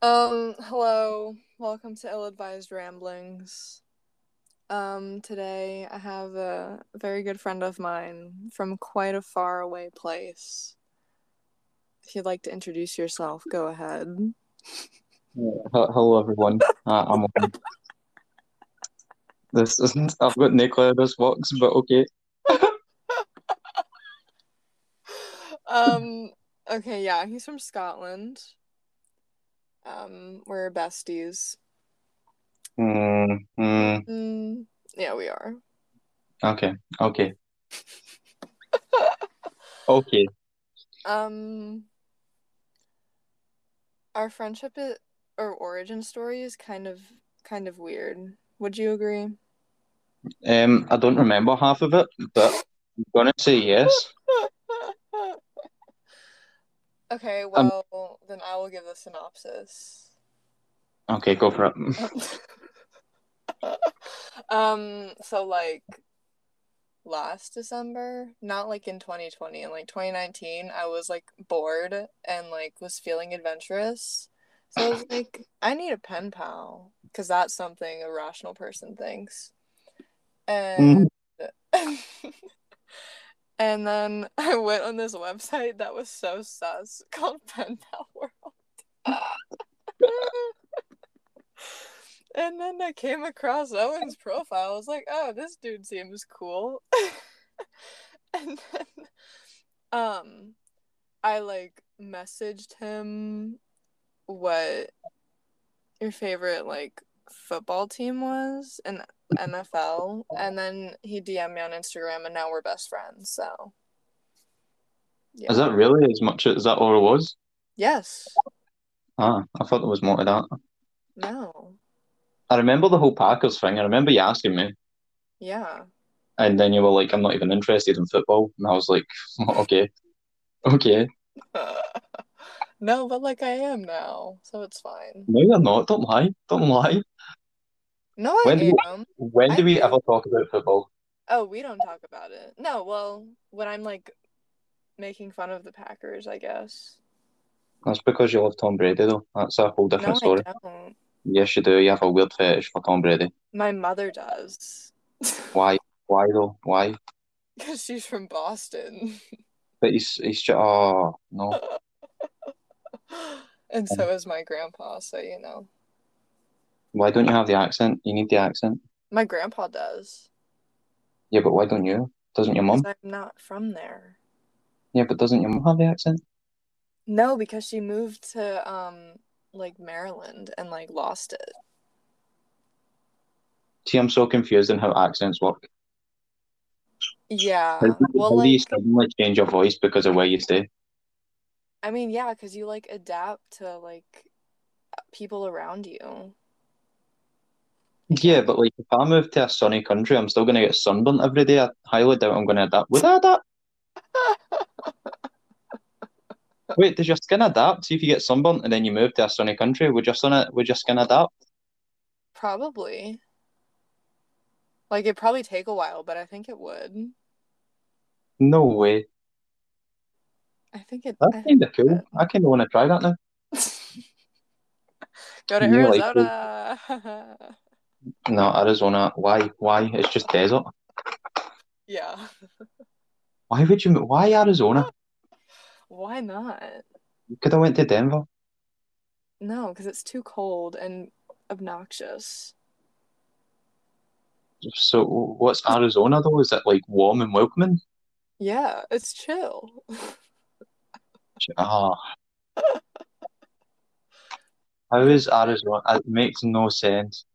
Um, hello. Welcome to Ill Advised Ramblings. Um, today I have a very good friend of mine from quite a far away place. If you'd like to introduce yourself, go ahead. H- Hello, everyone. Uh, I'm on. This isn't. I've got Nicola this box, but okay. Um, okay, yeah, he's from Scotland. Um, we're besties. Mm, mm, Mm, yeah, we are. okay, okay, okay. Um, our friendship i or origin story is kind of kind of weird. Would you agree? Um, I don't remember half of it, but I'm gonna say yes. okay, well, then I will give the synopsis. Okay, go for it. um, so like last December, not like in 2020, in like 2019, I was like bored and like was feeling adventurous. So I was like, I need a pen pal because that's something a rational person thinks. And and then I went on this website that was so sus called Pen Pal World. and then I came across Owen's profile. I was like, oh, this dude seems cool. and then um I like messaged him what your favorite like football team was and NFL and then he DM'd me on Instagram and now we're best friends. So yeah. Is that really as much as that all it was? Yes. Ah, I thought there was more to that. No. I remember the whole Packers thing. I remember you asking me, Yeah. and then you were like, "I'm not even interested in football," and I was like, "Okay, okay." no, but like I am now, so it's fine. No, you're not. Don't lie. Don't lie. No, I When do you- am. When do I we do. ever talk about football? Oh, we don't talk about it. No, well, when I'm like making fun of the Packers, I guess. That's because you love Tom Brady, though. That's a whole No, different I story. don't. Yes, you do. You have a weird fetish for Tom Brady. My mother does. Why? Why though? Why? Because she's from Boston. But he's he's just oh no. Um, and so is my grandpa, so you know. Why don't you have the accent? You need the accent. My grandpa does. Yeah, but why don't you? Doesn't your Because mum? I'm not from there. Yeah, but doesn't your mum have the accent? No, because she moved to um like Maryland and like lost it. See, I'm so confused on how accents work. How Yeah. do you, Uh, Well, how do you like suddenly change your voice because of where you stay? I mean, yeah, because you like adapt to like people around you. You Yeah, can't. but like if I move to a sunny country, I'm still gonna get sunburnt every day. I highly doubt I'm gonna adapt. Would I adapt? Wait, does your skin adapt? See if you get sunburnt and then you move to a sunny country, would your sun would your skin adapt? Probably. Like it'd probably take a while, but I think it would. No way. I think it. That's I think kind of cool. I kind of want to try that now. Go to You like it? Arizona. No, Arizona. Why? Why? It's just desert. yeah. Why would you? Why Arizona? Why not? You could have went to Denver. No, because it's too cold and obnoxious. So what's Arizona though? Is it like warm and welcoming? Yeah, it's chill. Ah, how is Arizona? uh, It makes no sense.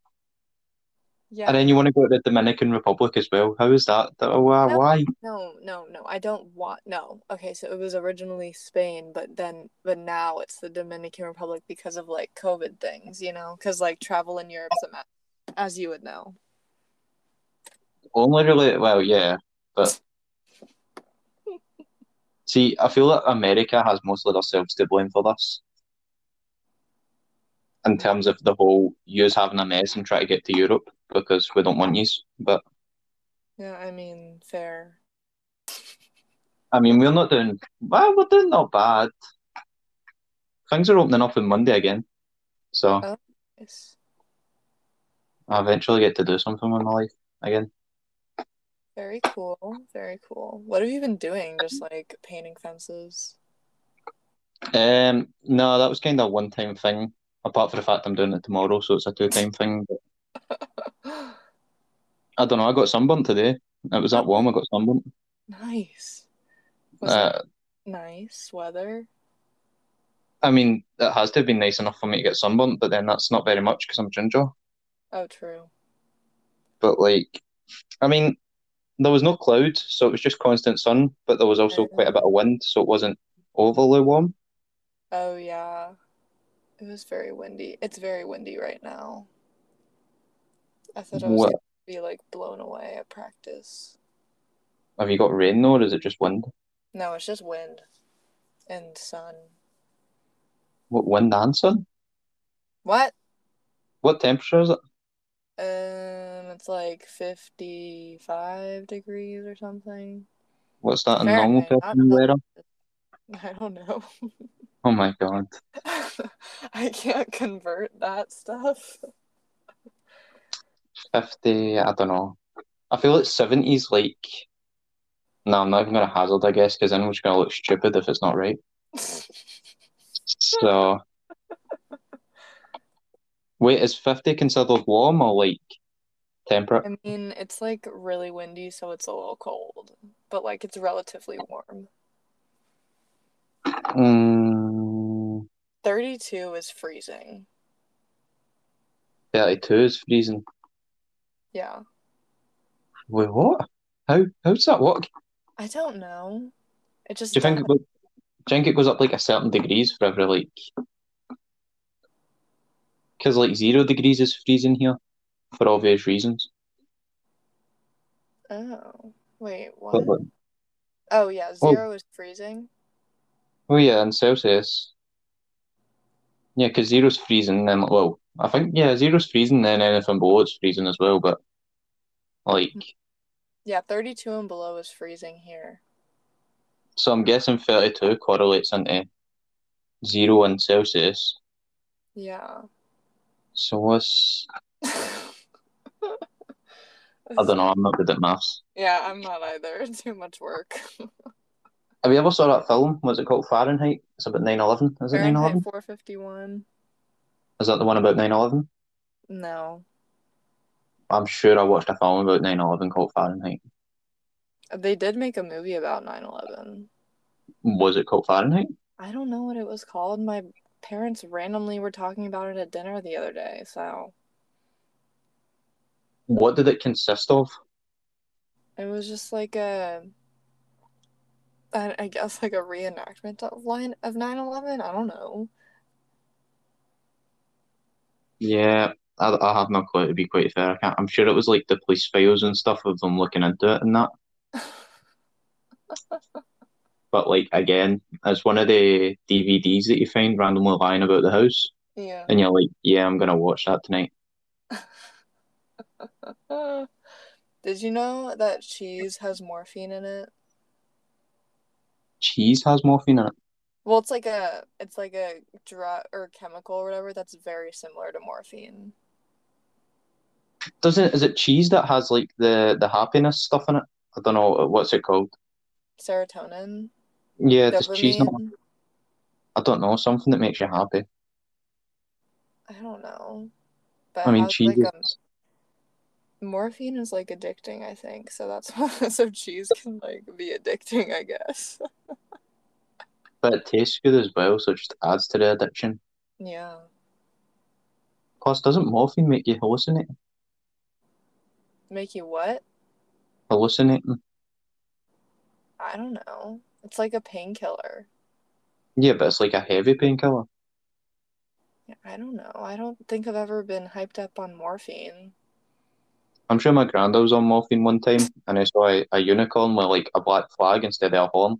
And Yeah. then you want to go to the Dominican Republic as well. How is that? That- why? No, Why? no, no, no. I don't want no. Okay, so it was originally Spain, but then but now it's the Dominican Republic because of like COVID things, you know, because like travel in Europe's a mess, as you would know. Only really. Well, yeah. But see, I feel that America has mostly themselves to blame for this in terms of the whole yous having a mess and try to get to Europe because we don't want yous. But Yeah, I mean, fair. I mean, we're not doing well. We're doing not bad. Things are opening up on Monday again. So Oh. Nice. I eventually get to do something with my life again. Very cool. Very cool. What have you been doing? Just like painting fences. Um, no, that was kind of a one-time thing. Apart from the fact I'm doing it tomorrow, so it's a two-time thing. But I don't know. I got sunburnt today. It was that warm. I got sunburnt. nice. Was Uh, it nice weather? I mean, it has to have been nice enough for me to get sunburnt, but then that's not very much because I'm ginger. Oh, true. But like, I mean, there was no cloud, so it was just constant sun. But there was also quite a bit of wind, so it wasn't overly warm. Oh, yeah. It was very windy. It's very windy right now. I thought I was What going to be like blown away at practice. have you got rain though, or is it just wind? No, it's just wind and sun. What wind and sun? What? What temperature is it? Um, it's like 55 degrees or something. What's that a Fahrenheit, normal not person Celsius. weather? I don't know. Oh my god. I can't convert that stuff. 50, I don't know. I feel like 70s, like, no, I'm not even going to hazard, I guess, because then I'm just going to look stupid if it's not right. So, wait, is 50 considered warm or like temperate? I mean, it's like really windy, so it's a little cold, but like it's relatively warm. Mm, 32 is freezing. 32 is freezing. Yeah. Wait, what? How how does that work? Do I don't know. It just you think does. it, go- do you think it goes up like a certain degrees for every like? Because like zero degrees is freezing here for obvious reasons. Oh. Wait, But what? like, Oh, yeah, oh, zero is freezing. oh yeah, in Celsius. Yeah, because zero's freezing, then well, I think yeah, zero's freezing, then anything below it's freezing as well. But like, Yeah, 32 and below is freezing here. so I'm guessing thirty-two correlates into zero in Celsius. Yeah. So what's I This- don't know. I'm not good at maths. Yeah, I'm not either. It's Too much work. Have you ever saw that film? Was it called Fahrenheit? It's about 9/11. Is it Fahrenheit 9/11? 451. Is that the one about 9/11? No. I'm sure I watched a film about 9/11 called Fahrenheit. They did make a movie about 9/11. Was it called Fahrenheit? I don't know what it was called. My parents randomly were talking about it at dinner the other day, so What did it consist of? it was just like a I I guess like a reenactment of line of 9/11. I don't know. Yeah, I, I have no clue to be quite fair. I can't, I'm sure it was like the police files and stuff of them looking into it and that. But like again, it's one of the DVDs that you find randomly lying about the house, Yeah. and you're like, yeah, I'm gonna watch that tonight. Uh, did you know that cheese has morphine in it? Cheese has morphine in it. Well, it's like a it's like a drug or chemical or whatever that's very similar to morphine. Doesn't is it cheese that has like the the happiness stuff in it? I don't know what's it called. Serotonin, Yeah, does cheese not? dopamine. I don't know something that makes you happy. I don't know, but I it mean, has cheese. like a Is, morphine is like addicting. I think so. That's why so cheese can like be addicting. I guess. but it tastes good as well, so it just adds to the addiction. Yeah. Plus, doesn't morphine make you hallucinate? Make you what? Hallucinating. I don't know. It's like a painkiller. Yeah, but it's like a heavy painkiller. Yeah, I don't know. I don't think I've ever been hyped up on morphine. I'm sure my granddad was on morphine one time, and I saw a, a unicorn with like a black flag instead of a horn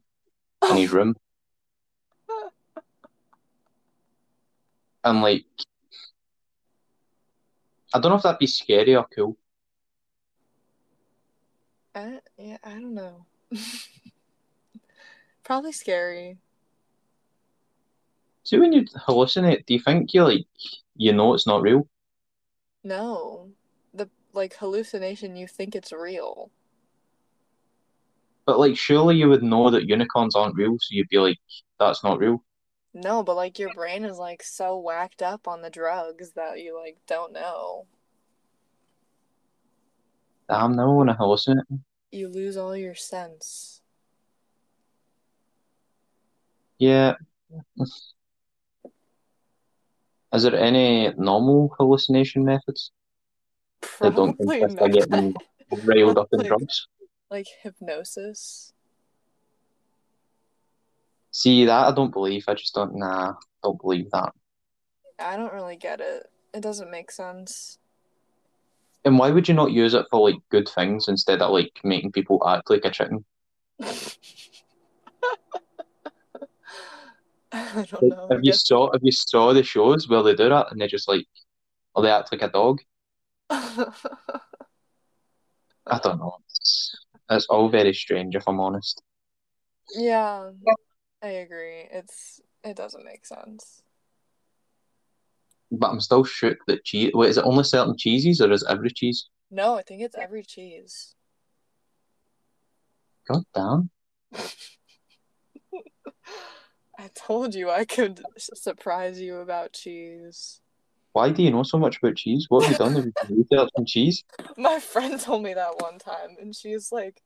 in his room, and like I don't know if that'd be scary or cool. I, yeah, I don't know. Probably scary. So See, when you hallucinate, do you think you like you know it's not real? No. The like hallucination you think it's real. But like, surely you would know that unicorns aren't real, so you'd be like, "That's not real." No, but like your brain is like so whacked up on the drugs that you like don't know. Damn, now I want to hallucinate. You lose all your sense. Yeah. Is there any normal hallucination methods that don't Probably consist not. of getting railed up in Like- drugs? like hypnosis. See that? I don't believe. I just don't. Nah, don't believe that. I don't really get it. It doesn't make sense. And why would you not use it for like good things instead of like making people act like a chicken? I don't Like, know. I Have you guess- saw? Have you saw the shows where they do that and they just like, or they act like a dog? I don't know. It's, it's all very strange, if I'm honest. yeah, I agree. It's it doesn't make sense. But I'm still shook that cheese. Wait, is it only certain cheeses or is it every cheese? No, I think it's every cheese. God damn. I told you I could s- surprise you about cheese. Why do you know so much about cheese? What have you done? Have you done research on cheese? My friend told me that one time, and she's like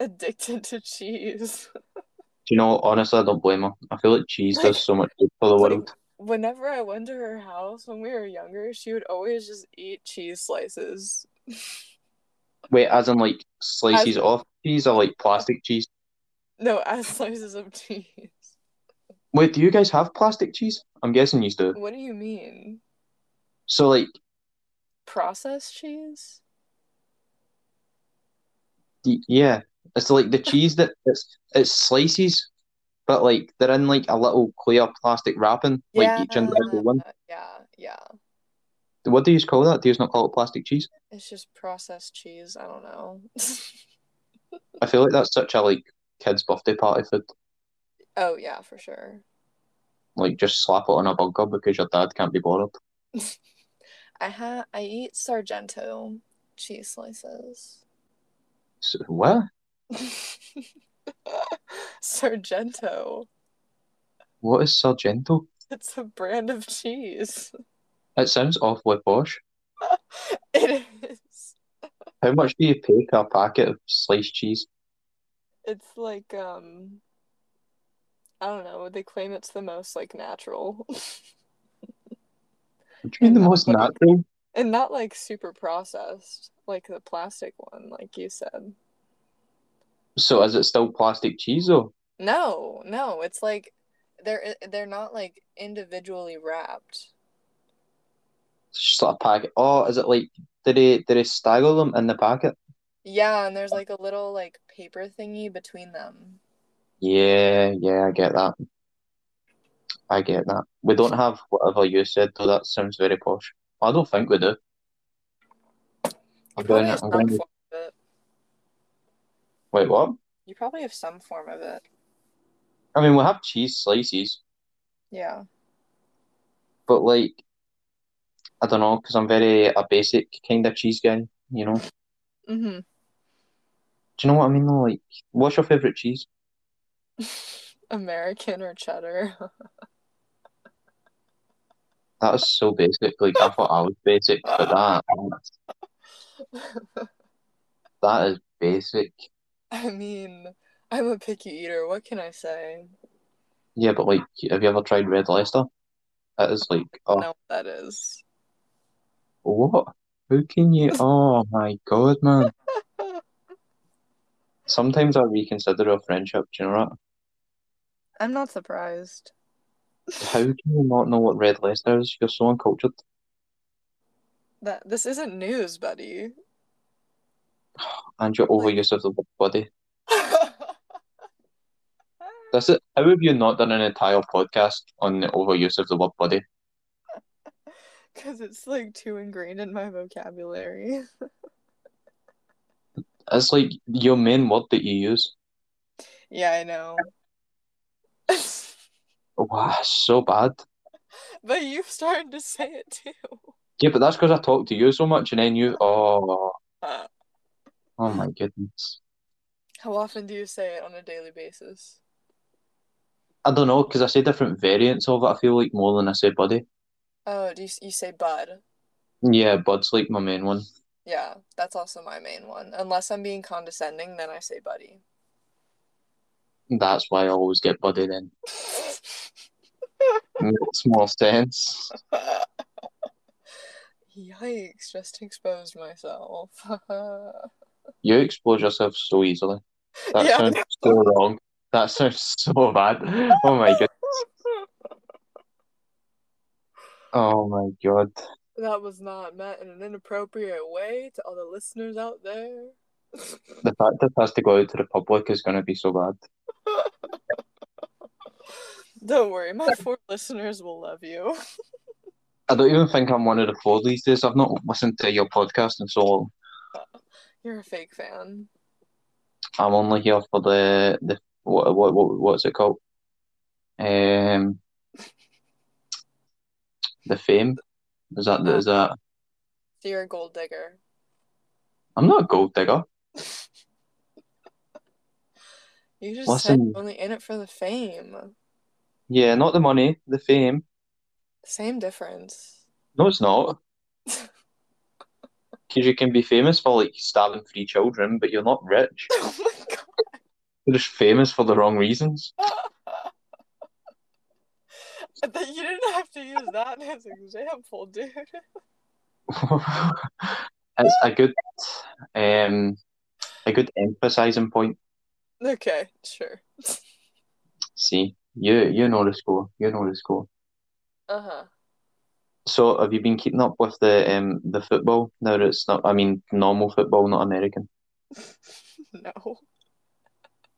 addicted to cheese. Do you know, honestly, I don't blame her. I feel like cheese does so much good for the Like- world. Whenever I went to her house when we were younger, she would always just eat cheese slices. Wait, as in like slices off cheese or like plastic cheese? No, as slices of cheese. Wait, do you guys have plastic cheese? I'm guessing you do. What do you mean? So like, Processed cheese? y- yeah, it's like the cheese that it's it's slices, but like they're in like a little clear plastic wrapping, like each individual one. uh, Yeah, yeah. What do you call that? Do you not call it plastic cheese? It's just processed cheese. I don't know. I feel like that's such a like kids' birthday party food. oh, yeah, for sure. Like just slap it on a burger because your dad can't be bothered. I ha- I eat Sargento cheese slices. So, what? Sargento. What is Sargento? It's a brand of cheese. It sounds awfully posh. It is. How much do you pay for a packet of sliced cheese? It's like um I don't know, they claim it's the most like natural What do you mean the most natural? and not like super processed like the plastic one like you said. So is it still plastic cheese though? No, no, it's like they're they're not like individually wrapped. It's just like a packet. Oh, is it like did they did they staggle them in the packet? Yeah, and there's like a little like paper thingy between them. Yeah, yeah, I get that. I get that. We don't have whatever you said though. That sounds very posh. I don't think we do. You I'm probably going. have some I'm going. form of it. Wait, what? You probably have some form of it. I mean, we'll have cheese slices, Yeah. but like, I don't know, because I'm very a basic kind of cheese guy, you know? Mm-hmm. Do you know what I mean though? Like, what's your favourite cheese? American or cheddar. That is so basic. Like, I thought I was basic, but that, that is basic. I mean, I'm a picky eater. What can I say? Yeah, but like, have you ever tried Red Leicester? It is like, oh, No, that is. what? How can you? Oh my God, man. Sometimes I reconsider our friendship, do you know that? I'm not surprised. How can you not know what Red Leicester is? You're so uncultured. That this isn't news, buddy. And your overuse of the word body. This is, how have you not done an entire podcast on the overuse of the word buddy? Because it's like too ingrained in my vocabulary. It's like your main word that you use. Yeah, I know. Wow, so bad. But you've started to say it too. Yeah, but that's because I talk to you so much, and then you. Oh, Uh, oh my goodness. how often do you say it on a daily basis? I don't know because I say different variants of it. I feel like more than I say buddy. Oh, do you, you say bud? Yeah, bud's like my main one. Yeah, that's also my main one. Unless I'm being condescending, then I say buddy. That's why I always get buddy. Then makes more sense. Yikes, just exposed myself. You expose yourself so easily. That Yeah. sounds so wrong. That sounds so bad. Oh my god. Oh my god. that was not meant in an inappropriate way to all the listeners out there. The fact that has to go out to the public is going to be so bad. Don't worry, my four listeners will love you. I don't even think I'm one of the four these days. I've not listened to your podcast in so long. You're a fake fan. I'm only here for the the what what, what what's it called? Um, the fame. Is that is that? So you're a gold digger. I'm not a gold digger. You just said Listen. you're only in it for the fame. Yeah, not the money, the fame. Same difference. No, it's not. Because you can be famous for like stabbing three children, but you're not rich. Oh my god. You're just famous for the wrong reasons. I thought you didn't have to use that as an example, dude. it's a good, um, a good emphasizing point. Okay, sure. See, you you know the score. You know the score. Uh huh. So, have you been keeping up with the um the football? No, it's not. I mean, normal football, not American. No.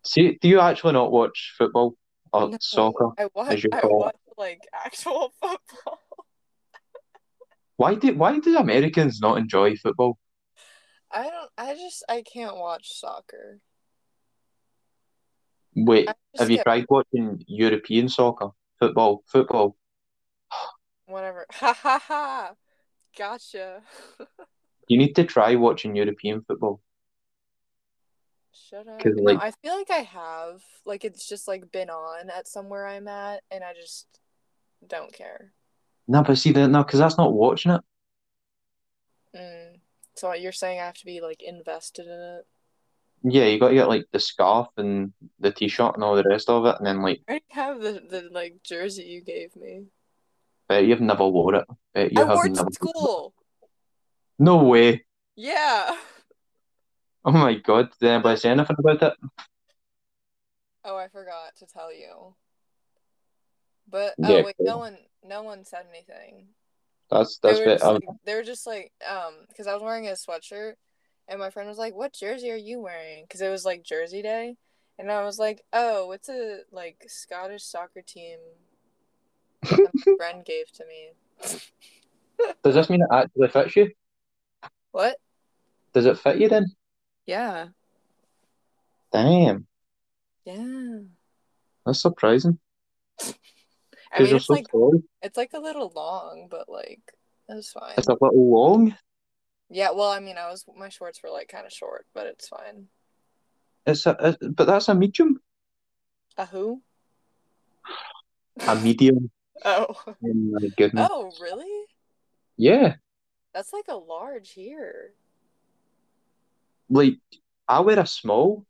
See, do you actually not watch football or No. soccer? I watch. Oh, your I fault. watch like actual football. Why do why do Americans not enjoy football? I don't. I just. I can't watch soccer. Wait, I just have you get tried watching European soccer? Football, football. whatever. Ha ha ha. Gotcha. You need to try watching European football Should I? 'Cause, No, like- I feel like I have. Like it's just like been on at somewhere I'm at, and I just don't care. No, but see that no, because that's not watching it. Mm. So you're saying I have to be like invested in it? Yeah, you got to get like the scarf and the t-shirt and all the rest of it, and then like, I already have the, the like jersey you gave me. bet you've never wore it. Bet you I wore have it to never. school. No way. Yeah. Oh my god, did anybody say anything about it? Oh, I forgot to tell you. But Yeah, oh wait, cool. no one no one said anything. That's They that's were bit. just um, like they were just like um because I was wearing a sweatshirt and my friend was like, "What jersey are you wearing?" Because it was like Jersey Day, and I was like, "Oh, it's a like Scottish soccer team." that my friend gave to me. does this mean it actually fits you? What? Does it fit you then? Yeah. Damn, Yeah. that's surprising. I Because mean, you're it's so like tall. it's like a little long, but like it's fine. It's a little long. Yeah, well, I mean, I was my shorts were like kind of short, but it's fine. It's a, it, but that's a medium. A who? A medium. oh. Oh my goodness. Oh, really? Yeah, That's like a large here. like I wear a small.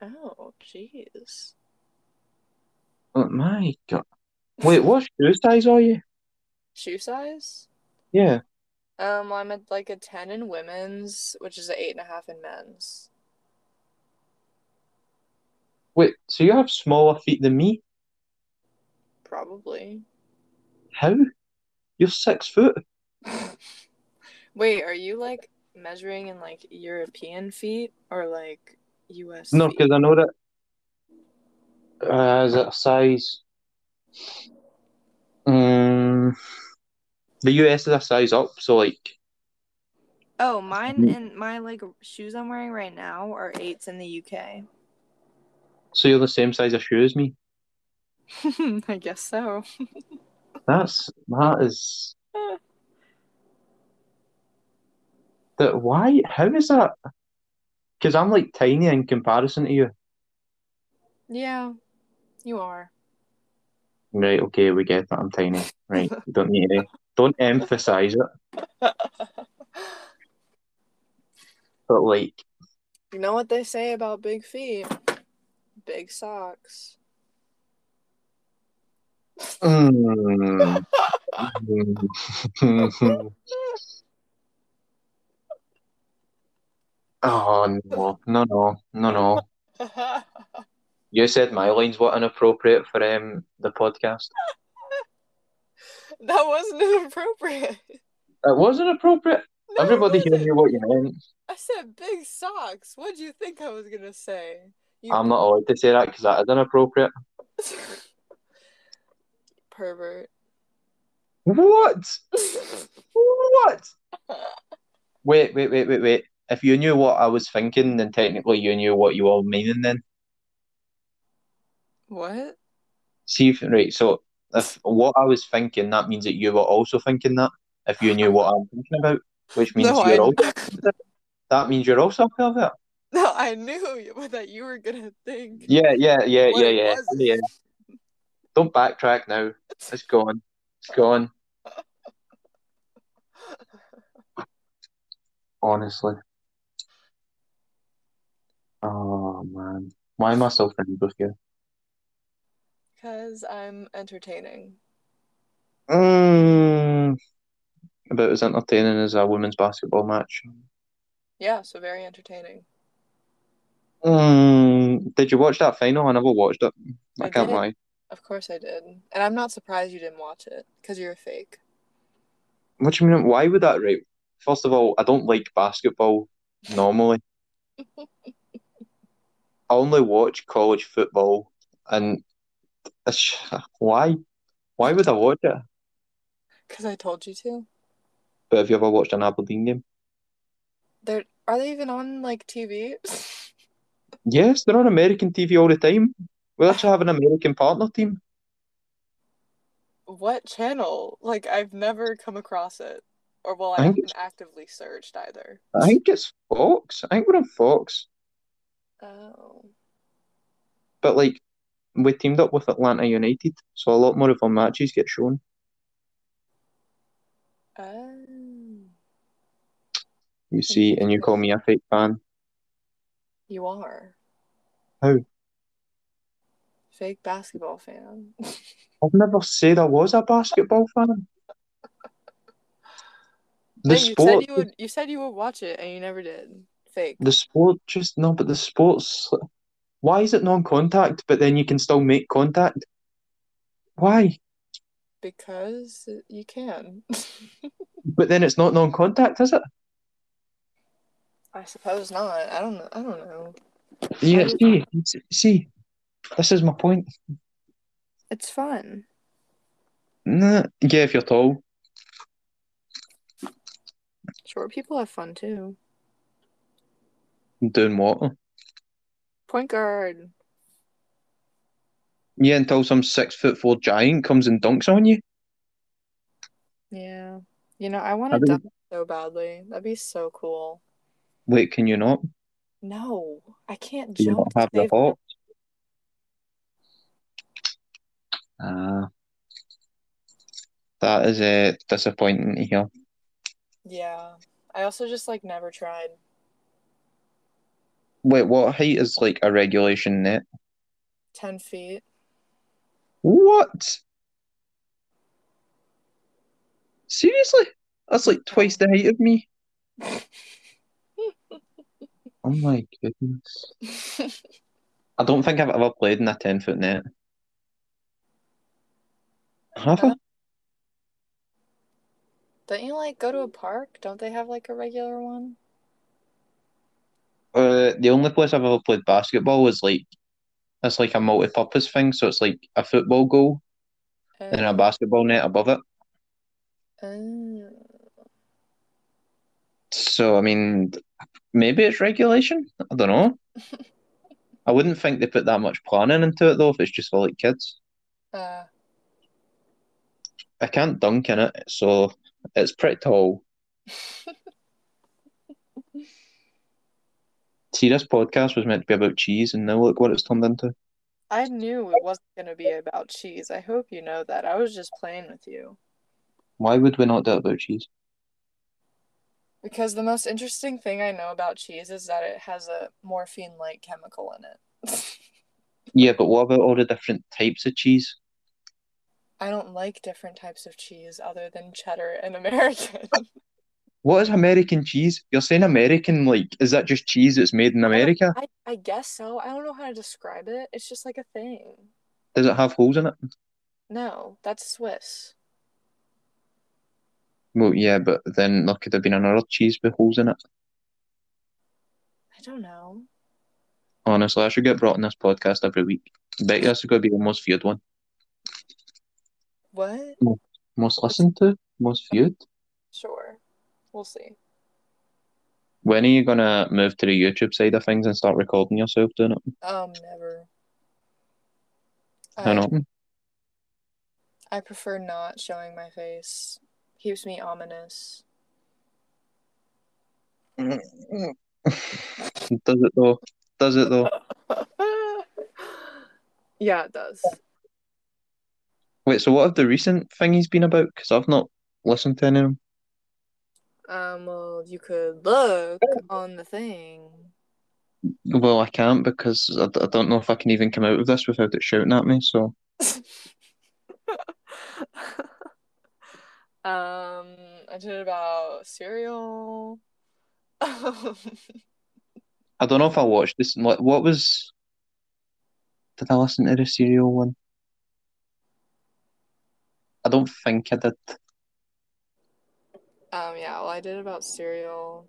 Oh, jeez. Oh my god. Wait, what shoe size are you? Shoe size? Yeah. Um, I'm at like a ten in women's, which is an eight and a half in men's. Wait, so you have smaller feet than me? Probably. How? You're six foot. Wait, are you like measuring in like European feet or like US No, feet? because I know that. Uh, is it a size? Um, the US is a size up, so like, Oh, mine and my like shoes I'm wearing right now are eights in the UK. so you're the same size of shoe as me. I guess so. That's that is that. Why? How is that? Because I'm like tiny in comparison to you. Yeah, you are. Right. Okay, we get that. I'm tiny. Right. you don't need to. Don't emphasize it. But like, You know what they say about big feet? Big socks. mm, mm. oh no, no, no, no, no. You said my lines were inappropriate for um, the podcast. That wasn't inappropriate. It wasn't appropriate. No, it Everybody here wasn't. knew what you meant. I said big socks. What do you think I was gonna say? You I'm not allowed to say that because that is inappropriate. pervert. What? What? Wait, wait, wait, wait, wait. If you knew what I was thinking, then technically you knew what you all meaning then. what? See if right, so if what I was thinking, that means that you were also thinking that. If you knew what I'm thinking about, which means No, you're I, also that means you're also a pervert. no, I knew you- that you were gonna think. Yeah, yeah, yeah, What yeah, it yeah. was. yeah. Don't backtrack now. It's gone. It's gone. Honestly. Oh man. Why am I so friends with you? Because I'm entertaining. Mm, about as entertaining as a women's basketball match. Yeah, so very entertaining. Mm, did you watch that final? I never watched it. I I can't did. lie. Of course I did. And I'm not surprised you didn't watch it because you're a fake. What do you mean? Why would that? Right. First of all, I don't like basketball normally. I only watch college football, and it's- why? Why would I watch it? Because I told you to. But have you ever watched an Aberdeen game? They're, are they even on like TV? Yes, they're on American TV all the time. We actually have an American partner team. what channel? Like I've never come across it. Or well, I I think haven't actively searched either. I think it's Fox. I think we're on Fox. Oh. But like we teamed up with Atlanta United, so a lot more of our matches get shown. Oh. You see, and you call Interesting. me a fake fan. You are. How? Fake basketball fan. I've never said I was a basketball fan. The But you said sport you would you said you would watch it and you never did. Fake. The sport just no, but the sports. Why is it non-contact? But then you can still make contact. Why? Because you can. But then it's not non-contact, is it? I suppose not. I don't know. I don't know. I Yeah. just- See, see, this is my point. It's fun. Nah, yeah, if you're tall, Short people have fun too. doing what? Point guard. Yeah, until some six foot four giant comes and dunks on you. Yeah. You know, I want I to dunk don't, so badly. That'd be so cool. wait, can you not? No, I can't Do you jump not to have the save my heart? Ah, that is uh, disappointing to hear. Yeah. I also just like never tried. Wait, what height is like a regulation net? 10 feet. What? Seriously? That's like twice Yeah. the height of me. Oh my goodness. I don't think I've ever played in a 10 foot net. Have I? Huh? Don't you like go to a park? Don't they have like a regular one? Uh, the only place I've ever played basketball was like, it's like a multi purpose thing. So it's like a football goal and a Uh, basketball net above it. uh, So, I mean, maybe it's regulation. I don't know. I wouldn't think they put that much planning into it though, if it's just for like kids. uh, I can't dunk in it, so it's pretty tall. See, this podcast was meant to be about cheese, and now look what it's turned into. I knew it wasn't going to be about cheese. I hope you know that. I was just playing with you. Why would we not do it about cheese? Because the most interesting thing I know about cheese is that it has a morphine like chemical in it. Yeah, but what about all the different types of cheese? I don't like different types of cheese other than cheddar and American. What is American cheese? You're saying American, like, is that just cheese that's made in America? I, I guess so. I don't know how to describe it. It's just like a thing. Does it have holes in it? No, that's Swiss. Well, yeah, but then there could have been another cheese with holes in it. I don't know. Honestly, I should get brought on this podcast every week. Bet you this is going to be the most viewed one. What? Most listened to? Most viewed? Sure. We'll see. When are you going to move to the YouTube side of things and start recording yourself doing it? Um, never. I know. I prefer not showing my face. Keeps me ominous. Does it though? Does it though? yeah, it does. Wait, so what have the recent thing he's been about? Because I've not listened to any of them. Um, well, you could look on the thing. Well, I can't because I, d- I don't know if I can even come out of this without it shouting at me. So um, I did about cereal. Um, I don't know if I watched this. What, what was? Did I listen to the serial one? I don't think I did. Um, yeah, well, I did about cereal,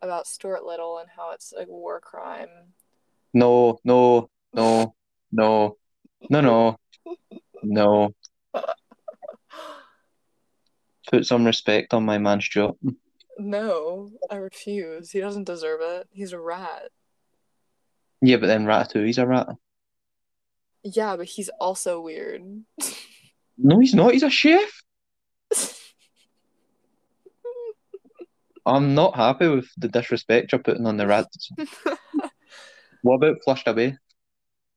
about Stuart Little and how it's a war crime. No, no, no, no, no, no, no. Put some respect on my man's job. No, I refuse. He doesn't deserve it. He's a rat. Yeah, but then Ratatouille's a rat. Yeah, but he's also weird. No, he's not. He's a chef. I'm not happy with the disrespect you're putting on the rats. what about Flushed Away?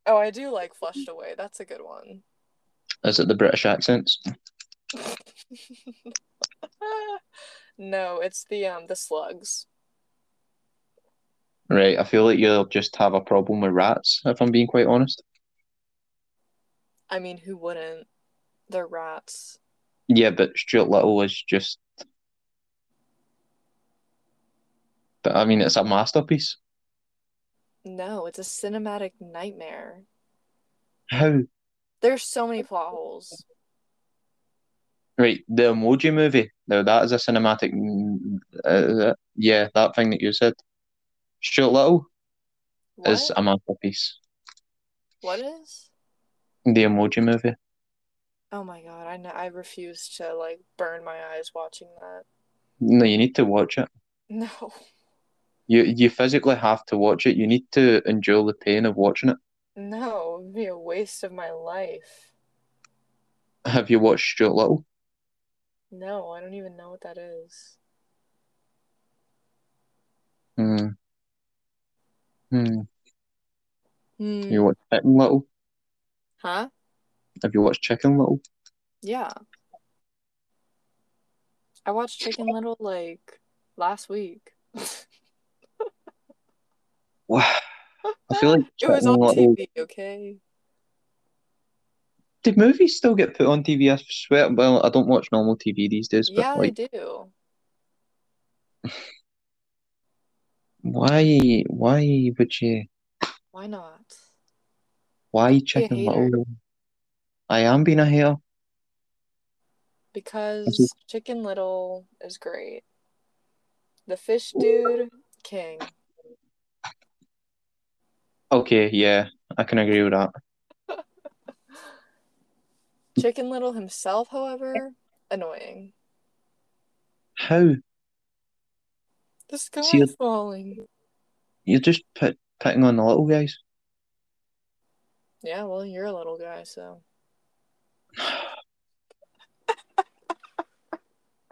oh, I do like Flushed Away. That's a good one. Is it the British accents? no, it's the um the slugs. Right, I feel like you'll just have a problem with rats, if I'm being quite honest. I mean, who wouldn't? They're rats. Yeah, but Stuart Little is just. But I mean, it's a masterpiece. No, it's a cinematic nightmare. How? There's so many plot holes. Right, the Emoji Movie. Now that is a cinematic. uh, Is it? Yeah, that thing that you said. Stuart Little What? is a masterpiece. what is? The Emoji Movie. Oh my god, I kn- I refuse to like burn my eyes watching that. No, you need to watch it. No. You you physically have to watch it. You need to endure the pain of watching it. No, it would be a waste of my life. Have you watched Stuart Little? No, I don't even know what that is. Hmm. Hmm. Hmm. You watch Chicken Little? Huh? Have you watched Chicken Little? Yeah. I watched Chicken Little like last week. Wow. I feel like it was Chicken on Little. TV, okay? Did movies still get put on TV? I swear. Well, I don't watch normal TV these days, but Yeah, like, they do. why? Why would you? Why not? Why Chicken hater. Little? I am being a hater. Because Chicken Little is great. The fish dude, king. Okay, yeah, I can agree with that. Chicken Little himself, however, annoying. How? The sky See, is falling. You're just pit- picking on the little guys. Yeah, well, you're a little guy, so.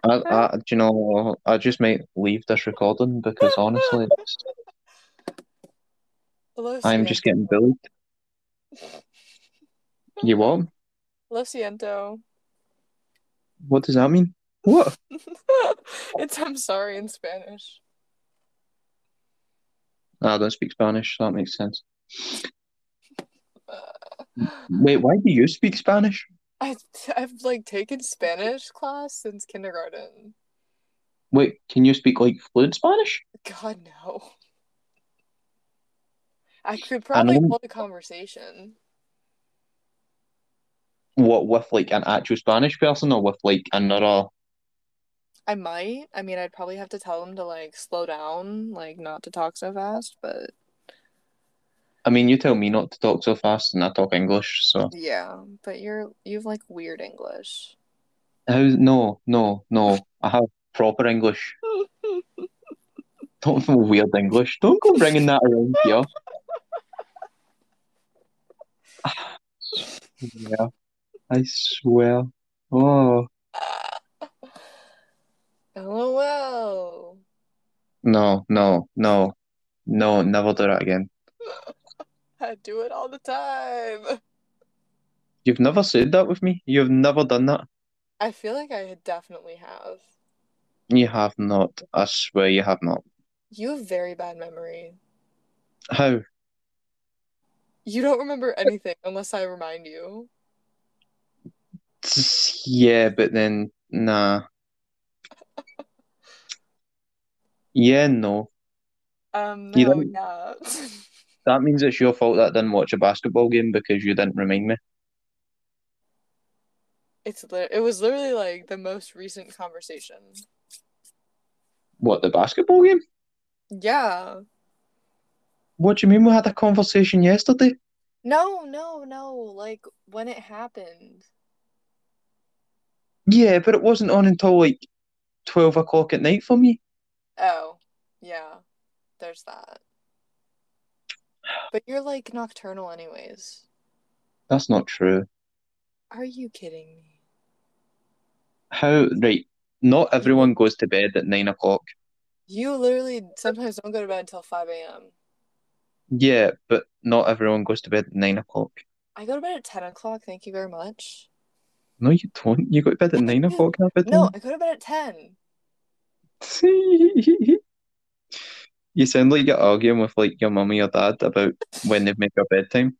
I, I, do you know, I just might leave this recording because honestly, it's- I'm just getting bullied. You what? Lo siento. What does that mean? What? it's I'm sorry in Spanish. Ah, I don't speak Spanish. so That makes sense. Uh, Wait, why do you speak Spanish? I I've like taken Spanish class since kindergarten. Wait, can you speak like fluent Spanish? God no. I could probably know- hold a conversation. What with like an actual Spanish person or with like another? I might. I mean, I'd probably have to tell them to like slow down, like not to talk so fast, but I mean, you tell me not to talk so fast, and I talk English. So yeah, but you're you've like weird English. how? No, no, no. I have proper English. Don't know weird English. Don't go bringing that around here. yeah, I swear. Oh LOL. no, no, no, no! Never do that again. I do it all the time. You've never said that with me. You've never done that. I feel like I definitely have. You have not. I swear you have not. You have very bad memory. How? You don't remember anything unless I remind you. Yeah, but then nah. Yeah, no. Um, You no, don't- yeah. That means it's your fault that I didn't watch a basketball game because you didn't remind me. it's lit it was literally like the most recent conversation. What, the basketball game? Yeah. What do you mean we had a conversation yesterday? No, no, no. Like when it happened. Yeah, but it wasn't on until like 12 o'clock at night for me. Oh, yeah. There's that. But you're like nocturnal, anyways. That's not true. Are you kidding me? How, right, not everyone goes to bed at 9 o'clock. You literally sometimes don't go to bed until 5 a.m. Yeah, but not everyone goes to bed at 9 o'clock. I go to bed at 10 o'clock. Thank you very much. No, you don't. You go to bed at 9 o'clock every No, I go to bed at 10. You sound like you're arguing with like your mum or your dad about when they've made your bedtime.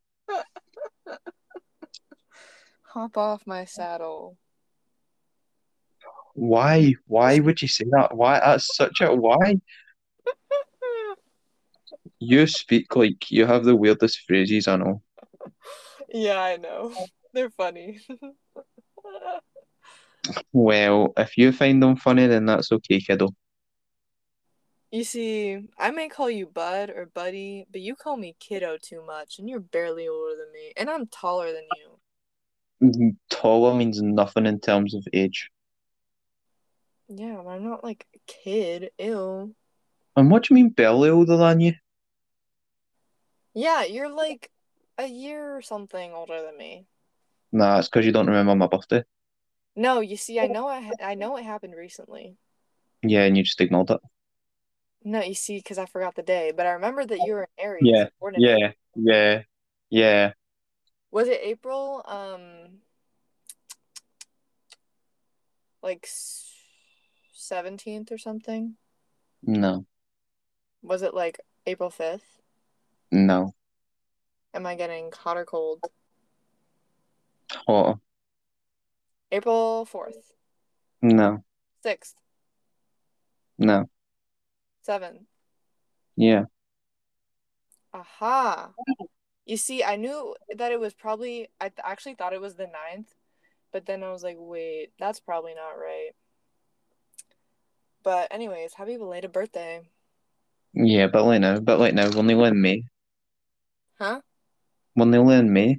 Hop off my saddle. Why? Why would you say that? Why? That's such a why. You speak like you have the weirdest phrases. I know. yeah, I know. They're funny. Well, if you find them funny, then that's okay, kiddo. you see, I may call you bud or buddy, but you call me kiddo too much, and you're barely older than me, and I'm taller than you. Mm-hmm. Taller means nothing in terms of age. Yeah, but I'm not like a kid. Ew. And what do you mean, barely older than you? Yeah, you're like a year or something older than me. Nah, it's because you don't remember my birthday. No, you see, I know I, ha- I know it happened recently. Yeah, and you just ignored it. No, you see, because I forgot the day, but I remember that you were in Aries. Yeah, born in April. Yeah, yeah, yeah. Was it April? Um, like seventeenth or something. No, Was it like April fifth? no. Am I getting hot or cold? Oh, April fourth, no, sixth, no. seventh. Yeah. Aha. You see, I knew that it was probably, I th- actually thought it was the ninth, but then I was like, wait, that's probably not right. But, anyways, happy belated birthday. Yeah, but like now, but like now, we're nearly in May. Huh? We're nearly in May.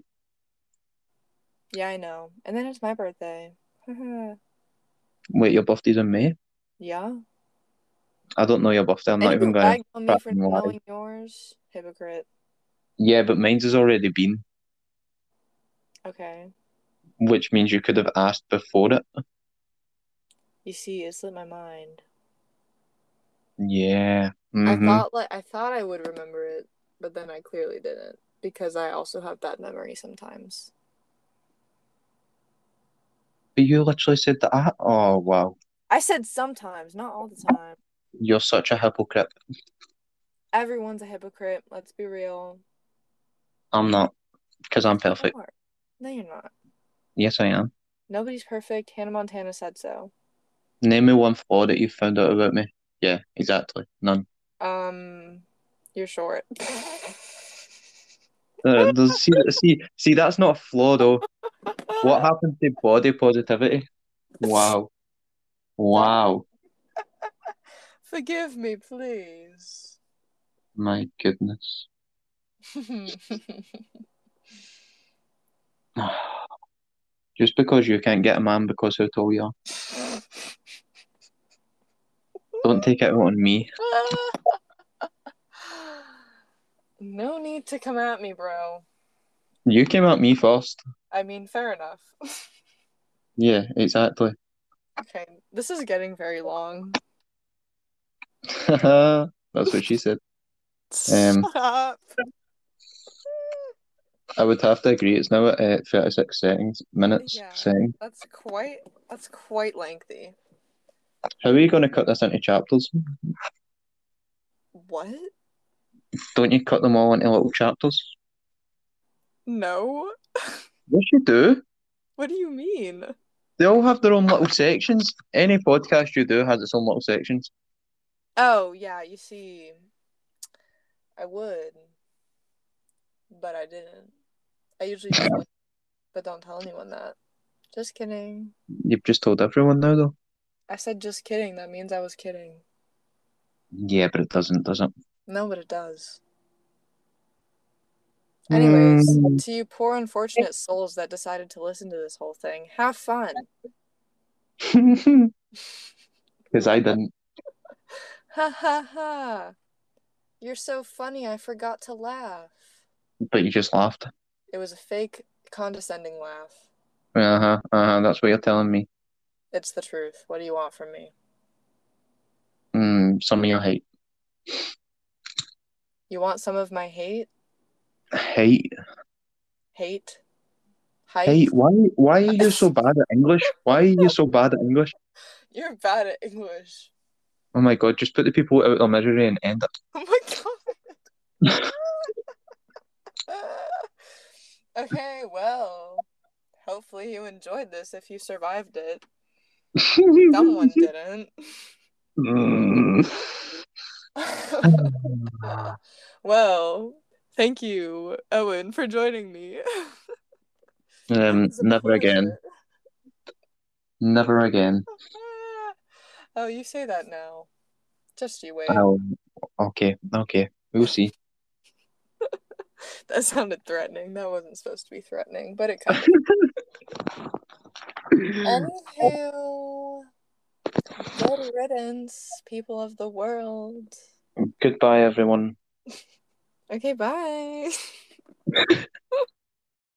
Yeah, I know. And then it's my birthday. Wait, your birthday's in May? yeah. I don't know your birthday. I'm And not you even were going. ragging on me for fucking lie. knowing yours. Hypocrite. Yeah, but mine's has already been, Okay. which means you could have asked before it. You see, it slipped my mind. Yeah. hmm I thought like I thought I would remember it, but then I clearly didn't because I also have bad memory sometimes. But you literally said that. I- oh, wow. I said sometimes, not all the time. You're such a hypocrite. Everyone's a hypocrite. Let's be real. I'm not, because I'm Yes, you perfect. are. No, you're not. Yes, I am. Nobody's perfect. Hannah Montana said so. Name me one flaw that you found out about me. Yeah, exactly. None. Um, you're short. Uh, there's- see, see, see, that's not a flaw though. Ah, What happened to body positivity? Wow. Wow. Forgive me, please. My goodness. Just because you can't get a man because how tall you are. Don't take it out on me. no need to come at me, bro. You came at me first. I mean, fair enough. Yeah, exactly. Okay, this is getting very long. That's what she said. Um, Stop. I would have to agree. It's now at uh, 36 seconds, minutes, Yeah. second. That's quite that's quite lengthy. How are you going to cut this into chapters? What? Don't you cut them all into little chapters? No. Yes, you do. What do you mean? They all have their own little sections. Any podcast you do has its own little sections. Oh, yeah, you see I would, but I didn't. I usually just like, but don't tell anyone that. Just kidding. You've just told everyone now, though. I said just kidding. That means I was kidding. Yeah, but it doesn't, does it? No, but it does. Anyways, to you poor unfortunate souls that decided to listen to this whole thing, have fun. Because I didn't. Ha ha ha. You're so funny, I forgot to laugh. But you just laughed. It was a fake, condescending laugh. Uh huh. Uh huh. That's what you're telling me. It's the truth. What do you want from me? Mm, some of your hate. You want some of my hate? Hate. Hate? Hype? Hate. Why? Why are you so bad at English? Why are you so bad at English? You're bad at English. Oh my god! Just put the people out of their misery and end it. Oh my god. okay, well, hopefully you enjoyed this if you survived it. Someone didn't. Mm. well, thank you, Owen, for joining me. Um, It was a never again. pleasure. Never again. oh, you say that now. Just you wait. Oh, okay, okay. We'll see. That sounded threatening. That wasn't supposed to be threatening, but it kind of. Anywho, good riddance, people of the world. Goodbye, everyone. Okay, bye.